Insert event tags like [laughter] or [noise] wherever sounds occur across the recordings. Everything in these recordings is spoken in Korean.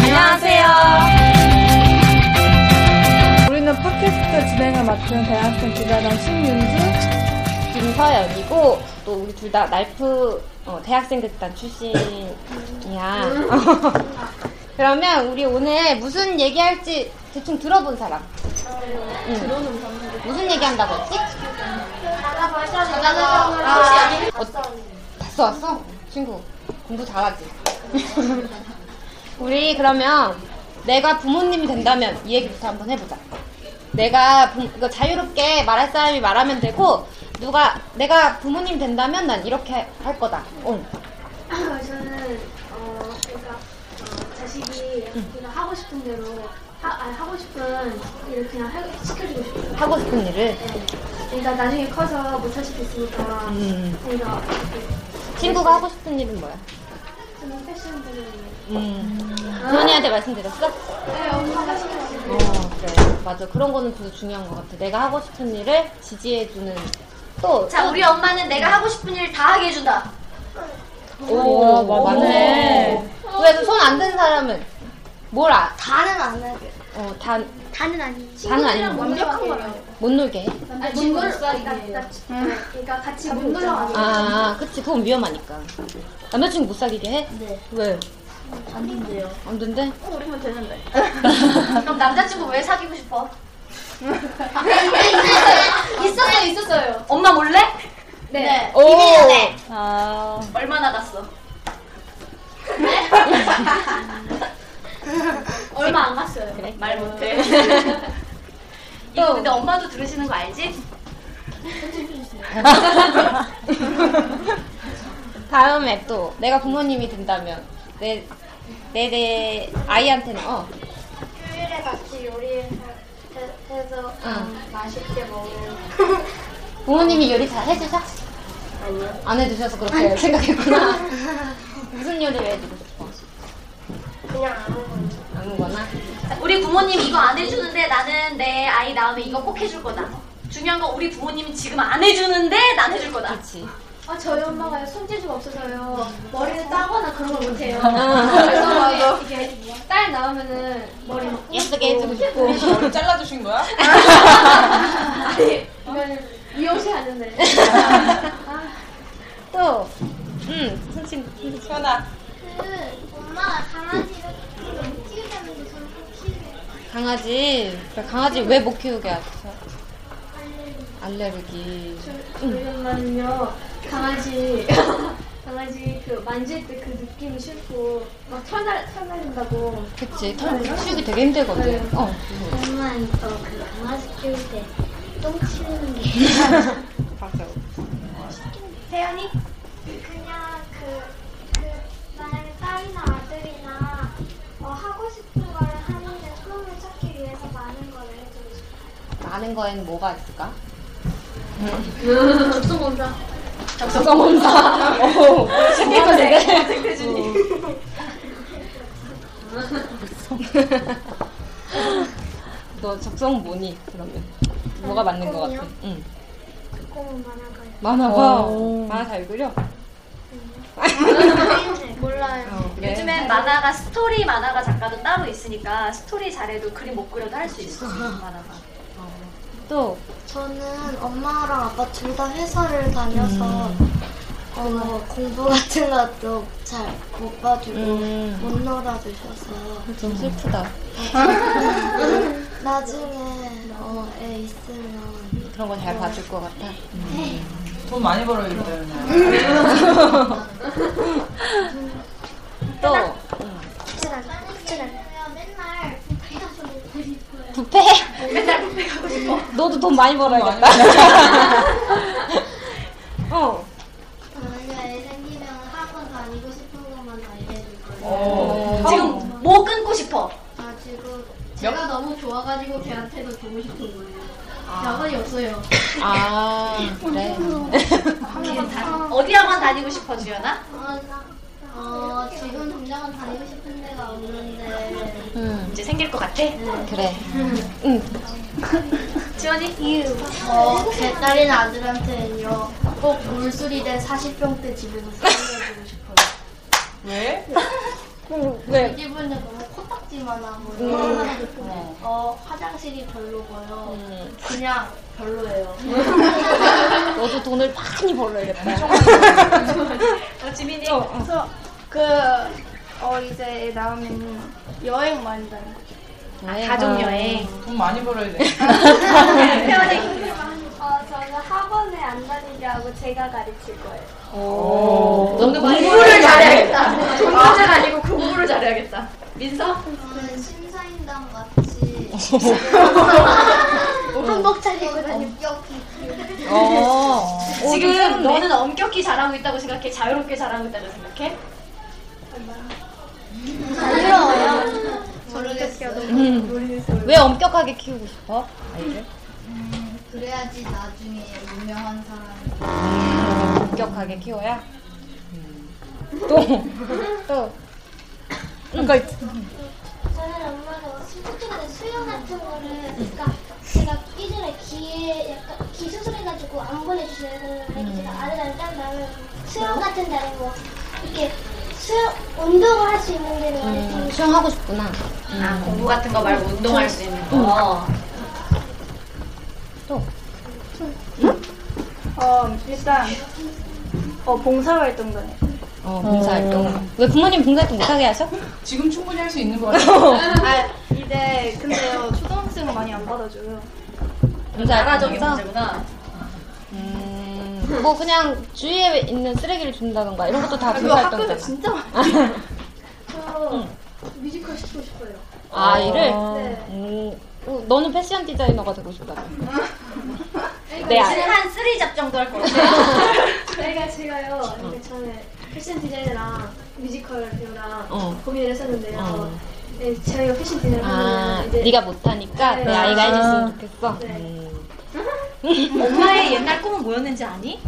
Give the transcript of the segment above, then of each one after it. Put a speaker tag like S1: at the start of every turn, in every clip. S1: 안녕하세요. 우리는 팟캐스트 진행을 맡은 대학생 기자단 신윤주.
S2: 김서연이고 또 우리 둘 다 날프 어, 대학생 극단 출신이야. [laughs] 그러면 우리 오늘 무슨 얘기할지 대충 들어본 사람. 응. 무슨 얘기한다고 했지? 아, 어, 벌써 왔어? 친구 공부 잘하지? [laughs] 우리 그러면 내가 부모님이 된다면 이 얘기부터 한번 해보자. 내가 부- 이거 자유롭게 말할 사람이 말하면 되고 누가 내가 부모님 된다면 난 이렇게 할 거다. 응.
S3: 아, 저는 어 그러니까 어, 자식이 그냥 하고 싶은 대로 하, 아니, 하고 싶은 일을 그냥 해, 시켜주고 싶어요.
S2: 하고 싶은 일을
S3: 네. 그러니까 나중에 커서 못할 수도 있으니까
S2: 음.
S3: 그러니까
S2: 친구가 하고 싶은 일은 뭐야?
S3: 저는 패션 분야예요.
S2: 음. 부모님한테 말씀드렸어? 어
S3: 네, 엄마가 시켜주고
S2: 그래 맞아 그런 거는 되게 중요한 것 같아. 내가 하고 싶은 일을 지지해주는 또
S4: 자, 우리 엄마는 내가 하고 싶은 일 다 하게 해준다.
S2: 오, 맞네. 왜 손 안 든 사람은 뭘 아?
S4: 다는 안 하게.
S2: 어, 단,
S4: 다는 아니지.
S2: 단은 아닌 거.
S3: 완벽한 거라고.
S2: 못 놀게 해.
S3: 아니, 친구 그러니까 같이 못 놀러 가는 거.
S2: 아, 그치. 그건 위험하니까. 남자친구 못 사귀게 해? 네. 왜? 안 된대요. 안 된대?
S4: 우리면 되는데.
S2: [laughs]
S4: 그럼 남자친구 왜 사귀고 싶어?
S3: [laughs] 있었어요, 있었어요.
S4: 엄마 몰래? 네.
S2: 오!
S1: 아,
S2: [laughs]
S4: 얼마나 갔어? 얼마 안 갔어요. 말 못해.
S2: 어.
S4: [laughs] 이거 근데 엄마도 들으시는 거 알지?
S2: [laughs] 다음에 또 내가 부모님이 된다면 내, 내, 내 아이한테는, 어.
S3: 휴일에 같이 요리해서
S2: 응.
S3: 맛있게 먹는
S2: 부모님이 요리 잘 해주셔? 아니요. 안 해주셔서 그렇게 [laughs] 생각했구나. 무슨 요리를 해주고 싶어? 그냥 아무거나. 아무거나?
S4: 우리 부모님 이거 안 해주는데 나는 내 아이 낳으면 이거 꼭 해줄 거다. 중요한 건 우리 부모님이 지금 안 해주는데 난 해줄 거다.
S2: 그치.
S3: 아, 저희 엄마가 손재주가 없어서요. 머리를 따거나 그런 걸 못해요. 그래서 이게 딸 나오면은 머리 막
S2: 예쁘게 해주고 싶고.
S5: 잘라주신 거야?
S3: 아니, 이거는 미용실 하는데.
S2: 또, 음, 손친
S5: 수연아
S3: 그 엄마가 강아지를 키우자는 게 저는 꼭 키우는
S2: 강아지. 그래, 강아지 왜 못 키우게 하셨어? 알레르기.
S3: 저희 엄마는요, 강아지, [laughs] 강아지 그 만질 때 그 느낌이 싫고, 막 털날, 털날린다고.
S2: 그치. 털 키우기 되게 힘들거든.
S3: 네.
S2: 어.
S3: 엄마는 어, 그 강아지 키울 때 똥 치우는 게. [laughs]
S2: 맞아.
S3: 태연이? 그냥 그, 그 만약에 딸이나 아들이나 어, 하고 싶은 걸 하는데 꿈을 찾기 위해서 많은 걸 해주고 싶어요.
S2: 아는 거에는 뭐가 있을까?
S4: 음. 접속 온다.
S2: 적성검사. 오, 신기하네.
S4: 해주니.
S2: 너 적성 뭐니? 그러면 뭐가 맞는 거 같아? 응.
S3: 꿈은 많아가요.
S2: 만화가 만화 잘 그려?
S3: [laughs] 몰라요.
S2: 요즘에
S4: 요즘엔 만화가 스토리 만화가 작가도 따로 있으니까 스토리 잘해도 그림 못 그려도 할 수 있어. 만화가.
S2: 또
S3: 저는 엄마랑 아빠 둘 다 회사를 다녀서 어, 공부 같은 것도 잘 못 봐주고
S2: 음.
S3: 못 놀아주셔서
S2: 좀 슬프다.
S3: 음, 나중에 어, 애 있으면
S2: 그런 거
S4: 음.
S2: 잘 봐줄 것 같아.
S5: 돈 많이 벌어야겠다 누나.
S2: 또
S3: 부채랑 부채랑 맨날 부패해서 못 버리고요.
S2: 부패?
S4: 맨날 부패 가고 싶어.
S2: 너도 돈 많이 벌어야겠다. [laughs] 어.
S3: 자기가 애 생기면 학원 다니고 싶은 것만 다니게 거예요.
S5: 어.
S4: 지금 뭐 끊고 싶어?
S3: 아 지금 제가 너무 좋아가지고 걔한테도 주고 싶은 거예요. 야간이 없어요.
S2: [laughs] 아 그래.
S3: 학원 다.
S4: 어디 학원 다니고 싶어, 주연아?
S3: 어 지금 당장은 다니고 싶은 데가 없는데.
S2: 음
S4: 이제 생길 것 같아?
S2: 그래.
S4: 지연이?
S3: 어제 딸인 아들한테는요. 꼭 물수리 대 40평 대 집에서 살려주고 싶어요.
S5: 왜?
S3: 이 집은 너무 코딱지만 하고
S4: 음.
S3: 이런 사람들
S4: 네.
S3: 보면 어 화장실이 별로고요.
S4: 음.
S3: 그냥
S4: [laughs]
S3: 별로예요.
S2: 너도 돈을 많이 벌어야겠다.
S4: 어, 지민이?
S6: 그래서 그, 어, 이제 애 나오면 여행 많이 다녀요.
S2: 아,
S4: 가족여행.
S5: 돈 많이 벌어야 돼.
S4: 태연이?
S6: 어, 저는 학원에 안 다니게 하고 제가 가르칠 거예요.
S2: 너는
S4: 어, 공부를
S2: 아,
S4: 잘해야겠다. 돈 문제가 아니고 공부를 잘해야겠다. 민서?
S3: 저는 신사임당
S4: [laughs]
S3: 같이 뭐 한복 차리고 다녔기
S2: 어.
S3: [laughs]
S4: 지금 너는 엄격히 잘하고 있다고 생각해? 자유롭게 잘하고 있다고 생각해?
S3: 자유로워요 모르겠어요
S2: 왜 엄격하게 키우고 싶어?
S3: 그래야지 나중에 유명한 사람이
S2: 음, 엄격하게 키워야. 또 또. 그러니까
S3: 저는 엄마가 스포츠관에 수영 같은 거를 그러니까 제가 예전에 귀에 약간 귀 수술해가지고 안 보내주셔야 되는데 제가 아들한테 한 다음에 수영 같은 데는 뭐 이렇게 수영 운동을 할 수 있는 데는 음.
S2: 수영하고 싶구나.
S4: 아, 공부 같은 거 말고 운동할 수 있는 거.
S6: 어, 일단, 어, 봉사활동도 해요.
S2: 어 봉사활동. 왜 부모님 봉사활동 못하게 하셔?
S5: 지금 충분히 할 수 있는 거 같아.
S6: 아, 이제, 근데요, 초등학생은 많이 안 받아줘요.
S4: 나라적인
S2: 봉사?
S4: 문제구나.
S2: 음, 뭐 그냥 주위에 있는 쓰레기를 준다던가 이런 것도 다
S6: 그거 학교에서
S2: 봉사활동이잖아.
S6: 진짜 많이.
S3: 저 뮤지컬 시키고 싶어요
S2: 아 이를.
S6: 네.
S2: 오, 어, 너는 패션 디자이너가 되고 싶다고. 네,
S4: 네,
S2: 알-
S4: 지금 한 쓰리 잡 정도 할 것 같아.
S3: 내가 제가요 이게 전에 패션 디자인이랑 뮤지컬 배우랑
S2: 어.
S3: 고민을 했었는데요.
S2: 어.
S3: 네, 제가 패션 디자인을
S2: 아,
S3: 하면 이제
S2: 네가 못하니까
S3: 네.
S2: 내 아이가 해줬으면 좋겠어.
S3: 네.
S2: 음.
S4: [laughs] 엄마의 옛날 꿈은 뭐였는지 아니?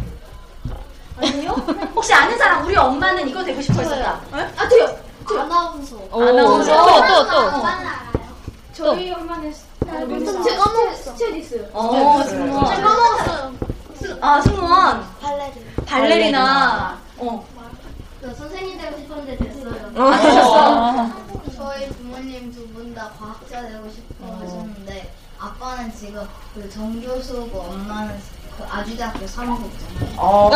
S3: 아니요?
S4: 혹시 아는 사람 우리 엄마는 이거 되고 싶어 했었다.
S3: 아 돼요. 아나운서.
S2: 오, 또, 또.
S3: 엄마는 알아요.
S2: 저희
S3: 엄마는 제가 까먹었어. 스튜디스.
S4: 어, 승무원.
S3: 까먹었어요.
S4: 아, 승무원.
S3: 발레리.
S4: 발레리나. 어.
S3: 저 선생님 되고 싶었는데 됐어요.
S5: 어.
S3: 저희 부모님 두 분 다 과학자 되고 싶어 하셨는데 아빠는 지금 그 정교수고 엄마는 그 아주대학교 사무국장.
S5: 어.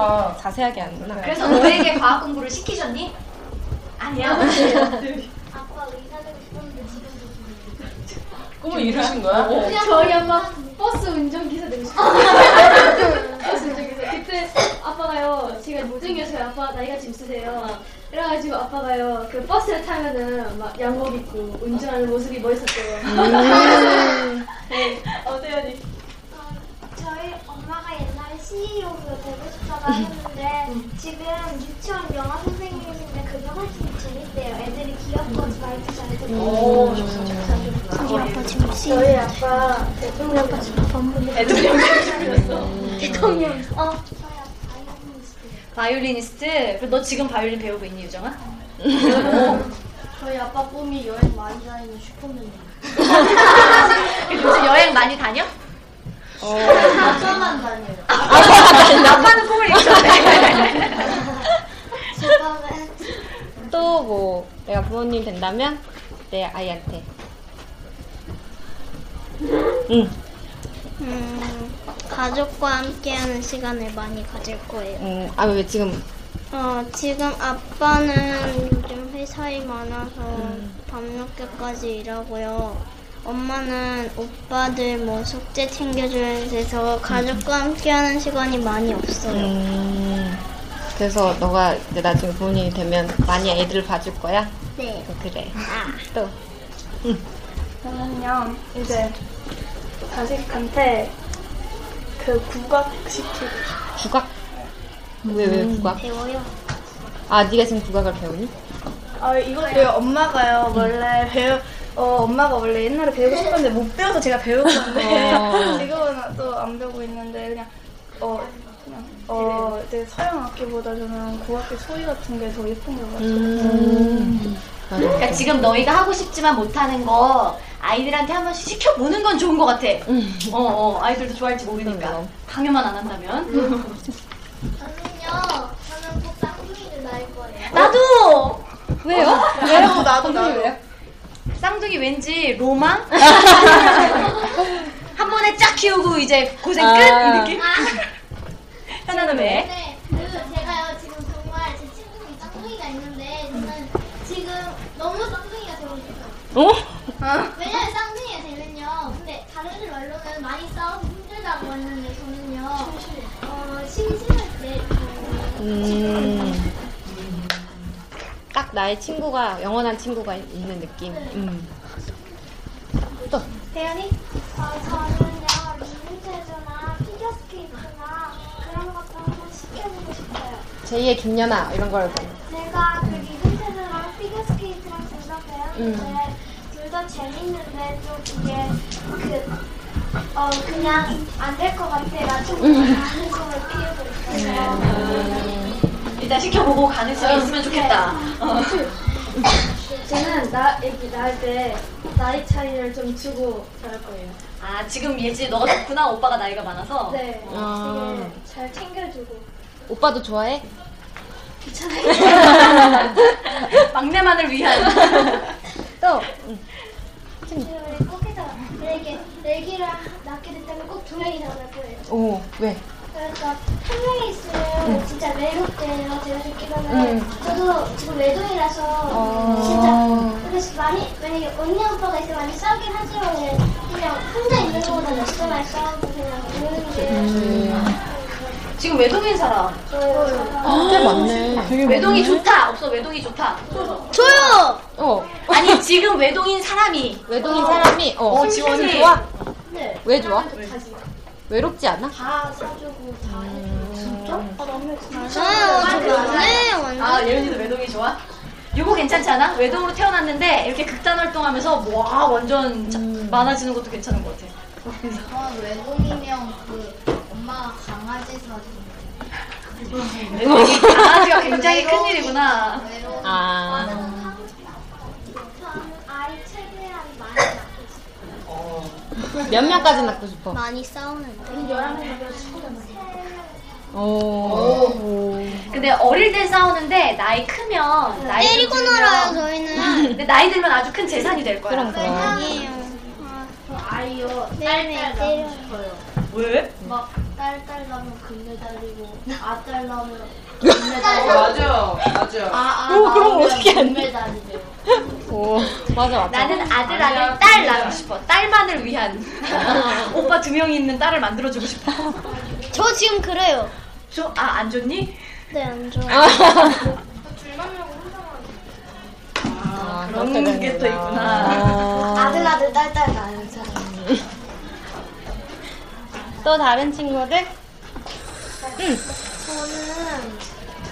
S5: 아,
S2: 자세하게 하는구나.
S1: 네.
S4: 그래서 너에게 과학 공부를 시키셨니? 아니야.
S3: 아빠 의사 되고 싶었는데 지금도
S5: 꿈을 이루신 거야?
S3: 저희 아빠 버스 운전기사 되고 싶어요. 버스 운전기사. 그때 아빠가요, 제가 못생겨서요. 아빠 나이가 좀 있으세요. 그래가지고 아빠가요, 그 버스를 타면은 막 양복 입고 운전하는 모습이 멋있었대요. [laughs] 네, 어때요, 저희 엄마가 옛날에 CEO로 되고 싶다고 하셨는데 지금 유치원 영어 선생님이신데 그게 훨씬 재밌대요. 애들이 귀엽고 말도 잘듣고
S4: 오, 좋습니다.
S3: 아빠 지금 저희 아빠 대통령 아빠 지금 법무부
S4: 대통령 대통령.
S3: 어 저희 아빠 바이올리니스트
S4: 바이올리니스트. 그럼 너 지금 바이올린 배우고 있니, 유정아?
S3: 저희 아빠 꿈이 여행 많이 다니는 슈퍼맨이에요
S4: 요즘 여행 많이 다녀?
S2: 어.
S3: 아빠만 다녀요
S4: 아빠는 꿈을
S3: [laughs]
S4: 이루셨네.
S3: 슈퍼맨
S2: 또 뭐, 내가 부모님 된다면 내 아이한테. 응,
S3: 음, 가족과 함께하는 시간을 많이 가질 거예요
S2: 음, 아, 왜 지금.
S3: 어, 지금 아빠는 요즘 회사 일 많아서 밤늦게까지 일하고요.
S1: 엄마는 오빠들 뭐 숙제 챙겨줘야 돼서 가족과 함께하는 시간이 많이 없어요.
S2: 음, 그래서 너가 이제 나중에 부모님이 되면 많이 애들을 봐줄 거야? 어,
S1: 네.
S2: 그래.
S3: 아.
S2: 또.
S3: 저는요 이제 자식한테 그 국악시키고 음,
S2: 국악? 왜, 왜 국악?
S1: 배워요.
S2: 아, 네가 지금 국악을 배우니?
S3: 아 이거 그 엄마가요 원래 배우 어 엄마가 원래 옛날에 배우고 싶었는데 못 배워서 제가 배우고 있는데
S2: 어.
S3: 지금은 또 안 배우고 있는데 그냥 어 그냥 어 이제 서양 악기보다 저는 고악기 소리 같은 게 더 예쁜 것 같아요.
S2: 음. 맞아.
S4: 그러니까 지금 너희가 하고 싶지만 못하는 거 아이들한테 한 번씩 시켜보는 건 좋은 것 같아. 어, 어, 아이들도 좋아할지 모르니까.
S2: 음. 그럼.
S4: 강요만 안
S2: 음.
S4: 한다면.
S1: 저는요, 저는 꼭 쌍둥이를 낳을 거예요.
S4: 나도! 왜요?
S3: 나도 나도 나도
S4: 쌍둥이 왠지 [laughs] 로망? 한 번에 쫙 키우고 이제 고생 끝? 이 느낌? 현아는 왜?
S1: 네, 그 제가요 지금 정말 제 친구들이 쌍둥이가 있는데 저는 지금 너무 쌍둥이가 되고 싶어요.
S2: 어?
S1: 왜냐면 쌍둥이가 되면요. 근데 다른 말로는 많이 싸워서 힘들다고 했는데 저는요. 어, 심심할 때
S2: 음. 딱 나의 친구가, 영원한 친구가 있는 느낌. 음.
S1: 태연이? 어, 저는요 미니체조나 피겨스케이트나 그런 것도 한번 시켜보고 싶어요.
S2: 제2의 김연아, 이런 걸. 보면.
S1: 제가 그 리듬체조랑 피겨스케이트랑 둘 다 배웠는데 둘 다 재밌는데 좀 이게 그, 어, 그냥 안 될 것 같아가지고 다른 쪽을 피우고 있어요.
S4: 일단 시켜보고 가능성이 있으면 좋겠다. 어.
S3: 저는 나 애기 낳을 때 나이 차이를 좀 주고 자랄 거예요.
S4: 아, 지금 예지 너가 좋구나. 오빠가 나이가 많아서. [laughs]
S3: 네
S2: 아.
S3: 되게 잘 챙겨주고
S2: 오빠도 좋아해?
S4: 막내만을 위한.
S2: 또.
S1: 우리 꼭 해서 내게 내기를 낳게 됐다면 꼭 두 명이 다 낳을 거예요.
S2: 오, 왜?
S1: 그러니까 한 명이 있으면 진짜 외롭대요. 제가 듣기로는
S2: 음.
S1: 저도 지금 외동이라서
S2: 어.
S1: 진짜 그래서 많이 만약에 언니 오빠가 있으면 많이 싸우긴 하지만 그냥 혼자 있는 것보다 몇번 많이 싸우고 그냥 우는 게
S2: 음.
S4: 지금 외동인 사람.
S1: 좋아요.
S2: 꽤 많네.
S4: 외동이 좋다. 없어. 외동이 좋다.
S1: 저요.
S2: 어.
S4: 아니, 지금 외동인 사람이.
S2: 외동인 사람이, 어.
S4: 어, 지원이
S2: 심리적으로 좋아?
S1: 네.
S2: 왜 좋아?
S1: 다
S2: 외롭지 않아?
S1: 다 사주고 다 해주고 진짜? 아 너무 좋아요.
S4: 아, 예은이도 외동이 좋아? 요거 괜찮지 않아? 외동으로 태어났는데 이렇게 극단 활동하면서 와 완전 자-
S1: 음.
S4: 많아지는 것도 괜찮은 것 같아.
S1: 저는 외동이면 그 엄마가 강아지 사주고
S4: 외동이 강아지가 굉장히 큰 일이구나.
S1: 외로운
S2: 아.
S1: 아이 최대한 많이 낳고
S2: 몇 명까지 낳고 싶어?
S1: 많이 싸우는데 11명이면
S2: 오. 오.
S4: 근데 어릴 때 싸우는데 나이 크면 나이
S1: 때리고
S4: 들면-
S1: 놀아요 저희는
S4: 근데 나이 들면 아주 큰 재산이 될 거야.
S2: 그럼, 그럼.
S1: 아니에요 아이요 딸딸 때려요
S4: 왜?
S1: 막 딸딸 나면 금메 달리고 아딸 나면
S7: 맞아, 맞아.
S1: 아아
S2: 오, 그럼 어떻게 안
S1: 금메 달리래요
S2: 오. 맞아, 맞아.
S4: 나는 아들 아들 딸 낳고 싶어. 딸만을 위한 [laughs] 오빠 두 명이 있는 딸을 만들어주고 싶어.
S1: 저 지금 그래요
S4: 저아안 좋니?
S1: 네안 좋아요
S2: 아,
S4: 음, 그런
S2: 그렇게
S4: 게 또
S2: 되는구나.
S4: 있구나.
S2: 아.
S1: 아들 아들 딸딸 나는 사람
S2: 또 다른 친구들?
S1: 저는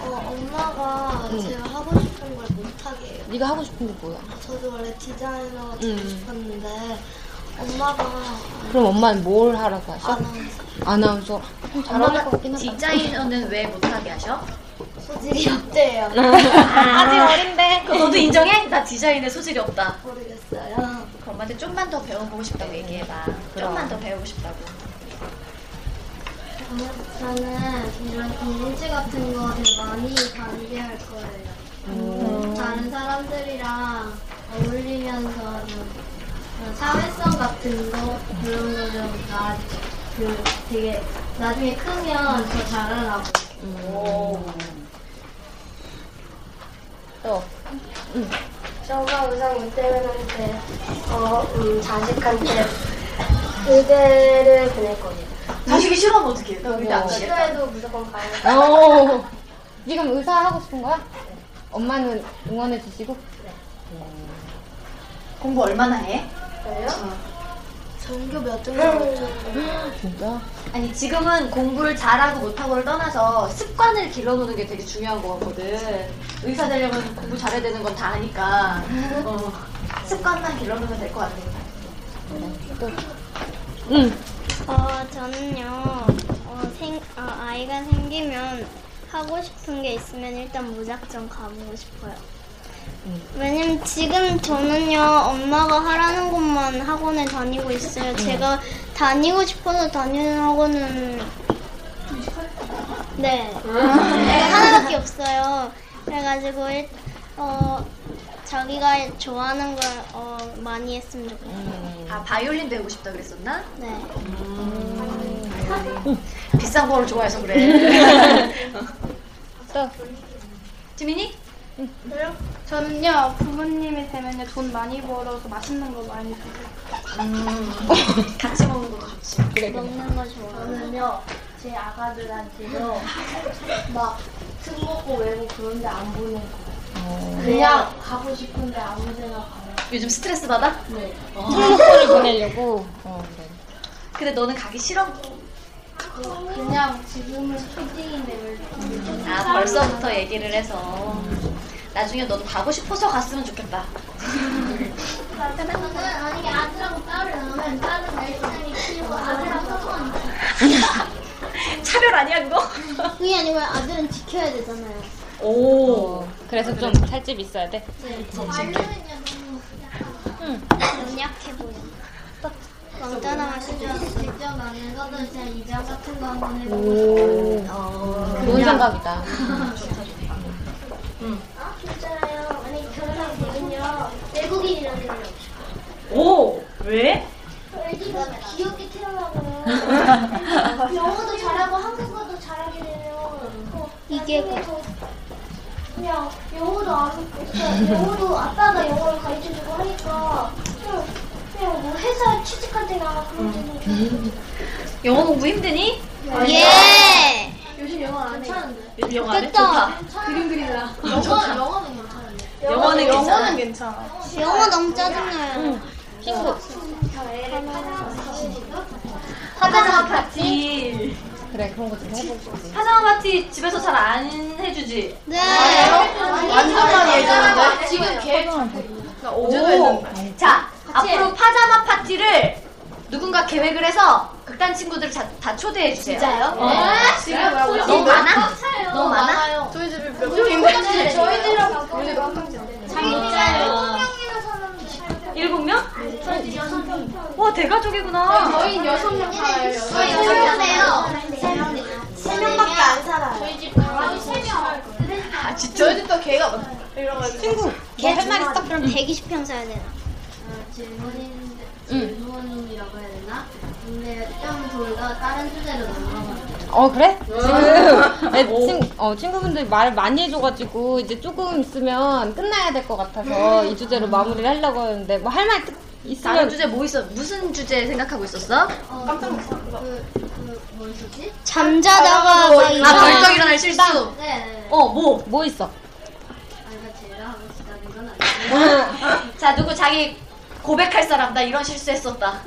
S1: 어, 엄마가 제가 하고 싶은 걸 못하게 해요.
S2: 네가 하고 싶은 게 뭐야?
S1: 저도 원래 디자이너가 되고
S2: 음.
S1: 싶었는데 엄마가
S2: 그럼 엄마는 뭘 하라고 하셔?
S1: 아나운서
S2: 아나운서. 어. 좀 잘할 것 같긴 하다.
S4: 디자이너는 왜 못하게 하셔?
S1: 소질이 없대요.
S4: 아직 어린데. 그럼 너도 인정해? 나 디자인에 소질이 없다.
S1: 모르겠어요.
S4: 그럼 엄마한테 좀만 더 배워보고 싶다고 얘기해봐. 좀만 더 배우고 싶다고.
S1: 저는 이런 공지 같은 거를 많이 관리할 거예요. 다른 사람들이랑 어울리면서 좀 그런 사회성 같은 거 그런 거좀나 그, 되게 나중에 크면 더 잘하라고.
S2: 또.
S1: 너가 우선 우대면한테 음. 어, 음, 자식한테 [laughs] 의대를 보낼 겁니다.
S4: 자식이 싫어하면 어떻게 해요? 우리 안 싫어.
S1: 싫어해도 무조건 가요.
S2: 어. 지금 의사 하고 싶은 거야? 엄마는 응원해 주시고.
S4: 공부 얼마나 해? 어.
S1: 그래요? 전교 몇 등?
S2: 진짜?
S4: 아니 지금은 공부를 잘하고 못하고를 떠나서 습관을 길러놓는 게 되게 중요한 거 같거든. 의사 되려면 공부 잘해야 되는 건 다 아니까 어, 습관만 길러놓으면 될 것 같아.
S2: 응.
S1: 어, 저는요, 어, 생, 어, 아이가 생기면 하고 싶은 게 있으면 일단 무작정 가보고 싶어요. 왜냐면 지금 저는요, 엄마가 하라는 것만 학원에 다니고 있어요. 제가 다니고 싶어서 다니는 학원은. 네. 하나밖에 없어요. 그래가지고, 일, 어, 자기가 좋아하는 걸 어, 많이 했으면 좋겠어요.
S4: 아 바이올린 배우고 싶다 그랬었나?
S1: 네.
S4: 비싼 거를 좋아해서 그래. 지민이?
S8: 저요? 저는요 부모님이 되면요 돈 많이 벌어서 맛있는 거 많이 사요.
S4: 같이 먹는 것도 좋지.
S1: 먹는 거 좋아해요.
S3: 저는요 제 아가들한테요 막 특목고 외고 그런데 안 보는 거 그냥 가고 싶은데 아무 생각 안 해요
S4: 요즘 스트레스 받아? 어.
S3: 네.
S2: 손목소리 보내려고. 어, 그래.
S4: 근데 너는 가기 싫어?
S3: 그냥 지금은 초딩인데 왜 이렇게
S4: 아 벌써부터 얘기를 해서 나중에 너도 가고 싶어서 갔으면 좋겠다.
S1: 저는 만약에 아들하고 딸을 낳으면 딸은 열심히 키우고 아들하고 소통하는 거예요.
S4: [laughs] 차별 아니야 그거?
S1: 그게 아니고 아들은 지켜야 되잖아요.
S4: 오.
S2: 어, 그래서 좀 살집 있어야 돼.
S1: 네, 아들은요 너무 연약해 보여. 왕자 나왔을 줄 알았어. 직접 나는 거도 진짜 이장 같은 거 한번 해보고 싶어요.
S2: 좋은 생각이다.
S1: 아, 진짜요? 만약에 결혼하게 되면요. 외국인이랑 결혼하고 싶어요.
S4: 오. 왜?
S1: 애기가 귀엽게
S4: [laughs]
S1: 태어나면 영어도 잘하고 한국어도 잘하게 되면 어, 이게 뭐 그냥 영어도 안 그러니까 영어도 아빠가 영어를 가르쳐주고 하니까 그냥 그냥 뭐 회사에 취직할 때나 그런 데는 좋은
S4: 음. 영어 공부 힘드니?
S1: 거죠. 예. 요즘 영어 안 해요.
S4: 요즘 영어 안 해? 좋다.
S1: 그림 그리라.
S4: 좋다.
S1: 영어는 괜찮은데.
S4: 영어는 괜찮아.
S8: 괜찮아.
S1: 영어 너무 짜증나요. 네.
S2: 친구.
S4: 아, 화장한 파티.
S2: 그래, 그런 거 좀 해보고.
S4: 화장한 파티 집에서 잘 안 해주지? 아,
S1: 네.
S9: 완전 많이 해주는데? 지금 계획. 나 어제도 했는데.
S4: 자, 앞으로 파자마 파티를 누군가 계획을 해서 극단 친구들 자- 다 초대해 주세요. 네. 진짜요?
S2: 아,
S9: 지금 뭐라고 했지?
S4: 너무 많아? 너무
S1: 네.
S4: 많아?
S9: 저희 집이 몇 명인데? 저희들이랑 우리 몇 명이야?
S4: 일곱 명? 와 대가족이구나.
S9: 저희 여섯 명 살아요.
S4: 아 진짜.
S9: 저희 집도 개가 많아. 이래가지고. 친구.
S1: 걔할 말이 딱 그럼 120평 사야 되나?
S3: 질문인데 질문이라고 해야 되나? 근데 일단 돌다 다른 주제로 넘어가.
S2: 어, 그래? 친구. 내 친, 어, 친구분들 말을 많이 해줘가지고, 이제 조금 있으면 끝나야 될 것 같아서 이 주제로 마무리를 하려고 하는데, 뭐 할 말
S4: 다른
S2: 있으면.
S4: 주제 뭐 있어? 무슨 주제 생각하고 있었어?
S3: 그그뭐 있었지?
S1: 잠자다가 막
S4: 아
S1: 이상한
S4: 벌떡 일어날 실수.
S3: 네네네.
S4: 어 뭐?
S2: 뭐 있어?
S3: 아이가 제가 하고 싶다는 건 아니에요.
S4: 자 누구 자기 고백할 사람 나 이런 실수했었다.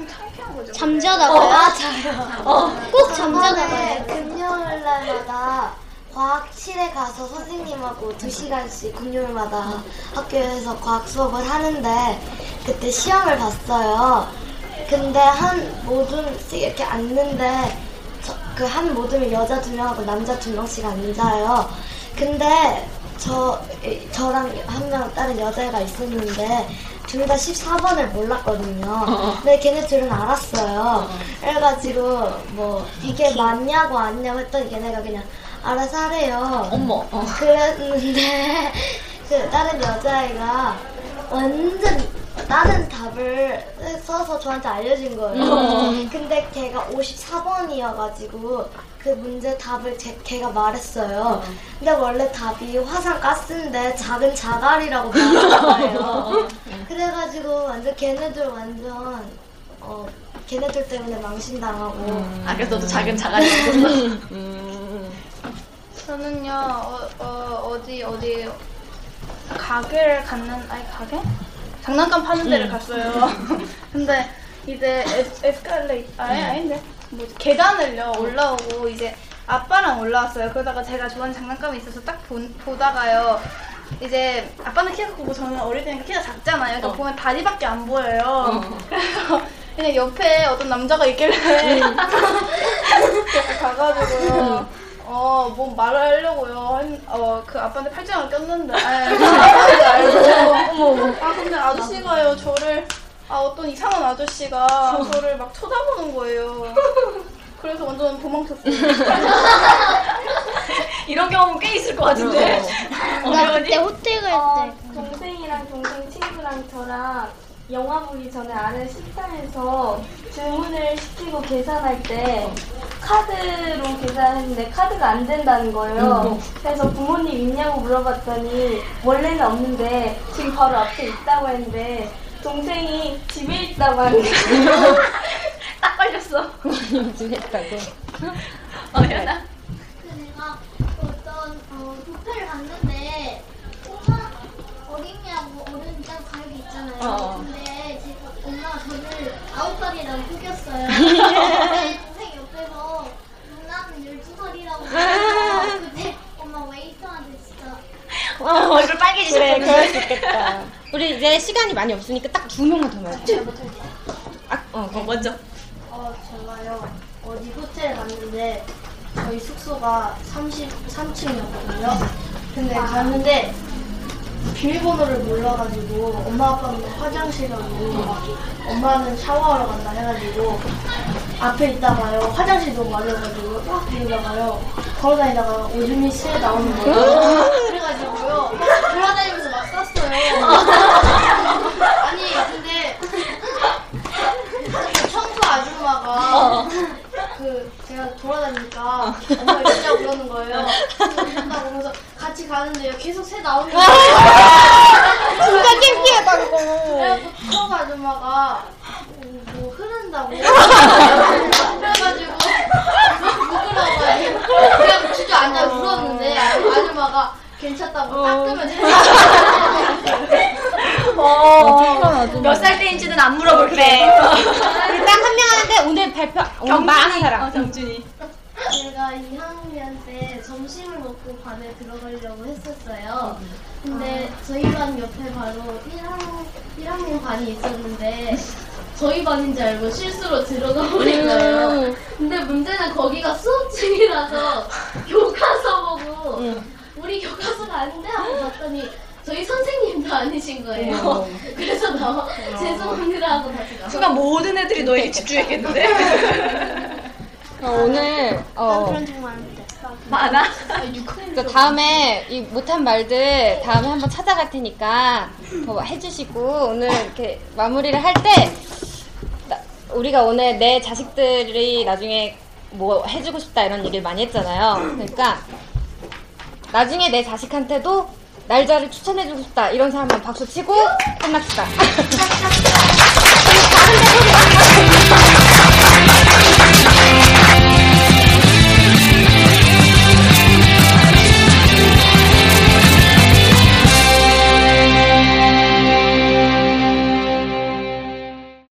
S1: 잠자다가요?
S4: 어.
S1: 꼭 잠자다가요?
S3: 아, 금요일 날마다 과학실에 가서 선생님하고 2시간씩 금요일마다 학교에서 과학 수업을 하는데 그때 시험을 봤어요. 근데 한 모둠씩 이렇게 앉는데 그 한 모둠이 여자 두 명하고 남자 두 명씩 앉아요. 근데 저, 이- 저랑 한 명 다른 여자애가 있었는데 둘 다 14번을
S4: 어.
S3: 몰랐거든요. 근데 걔네 둘은 알았어요. 그래가지고 뭐 이게 맞냐고 아니냐고 했더니 걔네가 그냥 알아서 하래요.
S4: 어머. 어.
S3: 그랬는데 그 다른 여자애가 완전
S1: 다른 답을 써서 저한테 알려준 거예요.
S2: 음.
S1: 근데 걔가 54번이어가지고 그 문제 답을 제, 걔가 말했어요. 근데 원래 답이 화산가스인데 작은 자갈이라고 말했어요. 그래가지고 완전 걔네들 완전 어, 걔네들 때문에 망신당하고
S4: 아, 그래서 너도 작은 자갈이 있었어.
S6: 저는요 어, 디 어디 가게를 갔는 아니 가게 장난감 파는 데를 갔어요. [laughs] 근데 이제 에스칼레이터 아니 아닌데 뭐 계단을요 올라오고 이제 아빠랑 올라왔어요. 그러다가 제가 좋아하는 장난감이 있어서 딱 본- 보다가요. 이제 아빠는 키가 크고 저는 어릴 때니까 키가 작잖아요.
S4: 어.
S6: 그러니까 보면 다리밖에 안 보여요. 그래서 그냥 옆에 어떤 남자가 있길래 이렇게 가가지고 어, 뭐 말하려고요. 한- 어, 그 아빠한테 팔짱을 꼈는데. 아니, 네. 아빠한테 알고. 아, 근데 아저씨가요, 저를. 아, 어떤 이상한 아저씨가 저를 막 쳐다보는 거예요. 그래서 완전 도망쳤어요.
S4: [laughs] 이런 경우 꽤 있을 것 같은데.
S6: 네.
S3: 나 그때 호텔 갈 때.
S5: 어, 동생이랑 동생 친구랑 저랑 영화 보기 전에 아는 식당에서 주문을 시키고 계산할 때 카드로 계산했는데 카드가 안 된다는 거예요. 그래서 부모님 있냐고 물어봤더니 원래는 없는데 지금 바로 앞에 있다고 했는데 동생이 집에 있다고 하는 거예요. [laughs] 딱 걸렸어.
S2: 했다고.
S3: 그 내가 어떤 어, 부페를 갔는데 엄마 어린이하고 어른이랑 가격이 있잖아요.
S2: 어.
S3: 근데 제 엄마가 저를 아홉 살이라고
S2: [laughs]
S3: 속였어요. 근데 동생 옆에서 누나는 열두 살이라고
S2: [laughs]
S3: 그래서 그때 엄마 웨이터한테 진짜
S2: 어, 얼굴 빨개지셨는데. 그래, 그럴 수 있겠다. 우리 이제 시간이 많이 없으니까 딱 두 명만 더 말해. 아, 어, 그거 먼저.
S1: 어, 제가요, 어디 호텔 갔는데, 저희 숙소가 33층이었거든요. 근데 갔는데, 비밀번호를 몰라가지고, 엄마 아빠는 뭐 화장실 가고, 엄마는 샤워하러 간다 해가지고, 앞에 있다가요, 화장실 너무 말라가지고, 딱 들어가요. 걸어다니다가 오줌이 실에 나오는 거예요. 그래가지고요, 돌아다니면서 막 쌌어요. 아니, 근데, 청소
S2: 어.
S1: 아줌마가 그 제가 돌아다니니까 엄마 진짜 그러는 거예요. 그러니까 그런다고 그래서 같이 가는데요. 계속 새 나오는 거예요.
S2: 진짜 창피하다, 그거.
S1: 그래갖고 청소 아줌마가 뭐, 뭐 흐른다고 그래가지고 부끄러워요. 그냥 주저 앉아 울었는데 아줌마가 괜찮다고
S2: 어.
S1: 닦으면
S4: 어. 몇 살 때인지는 안 물어볼게.
S2: 우리 딱 한 명 하는데 오늘 발표, 오늘 말한 사람.
S4: 어, 경준이.
S1: 제가 2학년 때 점심을 먹고 반에 들어가려고 했었어요. 근데 저희 반 옆에 바로 1학, 1학년 반이 있었는데 저희 반인 줄 알고 실수로 들어가 버린 거예요. 근데 문제는 거기가 수업 중이라서 교과서 보고 우리 교과서가 아닌데 하고 봤더니 저희 선생님도 아니신 거예요. 그래서 나 죄송합니다 하고 다시 가.
S4: 순간 그러니까 모든 애들이
S2: [laughs]
S4: 너에게 집중했겠는데?
S2: 어, 오늘, 어.
S1: 적 많은데.
S4: 많아?
S2: 그 다음에 이 못한 말들 다음에 한번 찾아갈 테니까 더 해주시고 오늘 이렇게 마무리를 할 때 우리가 오늘 내 자식들이 나중에 뭐 해주고 싶다 이런 얘기를 많이 했잖아요. 그러니까 나중에 내 자식한테도 날짜를 추천해주고 싶다 이런 사람은 박수 치고 끝납시다.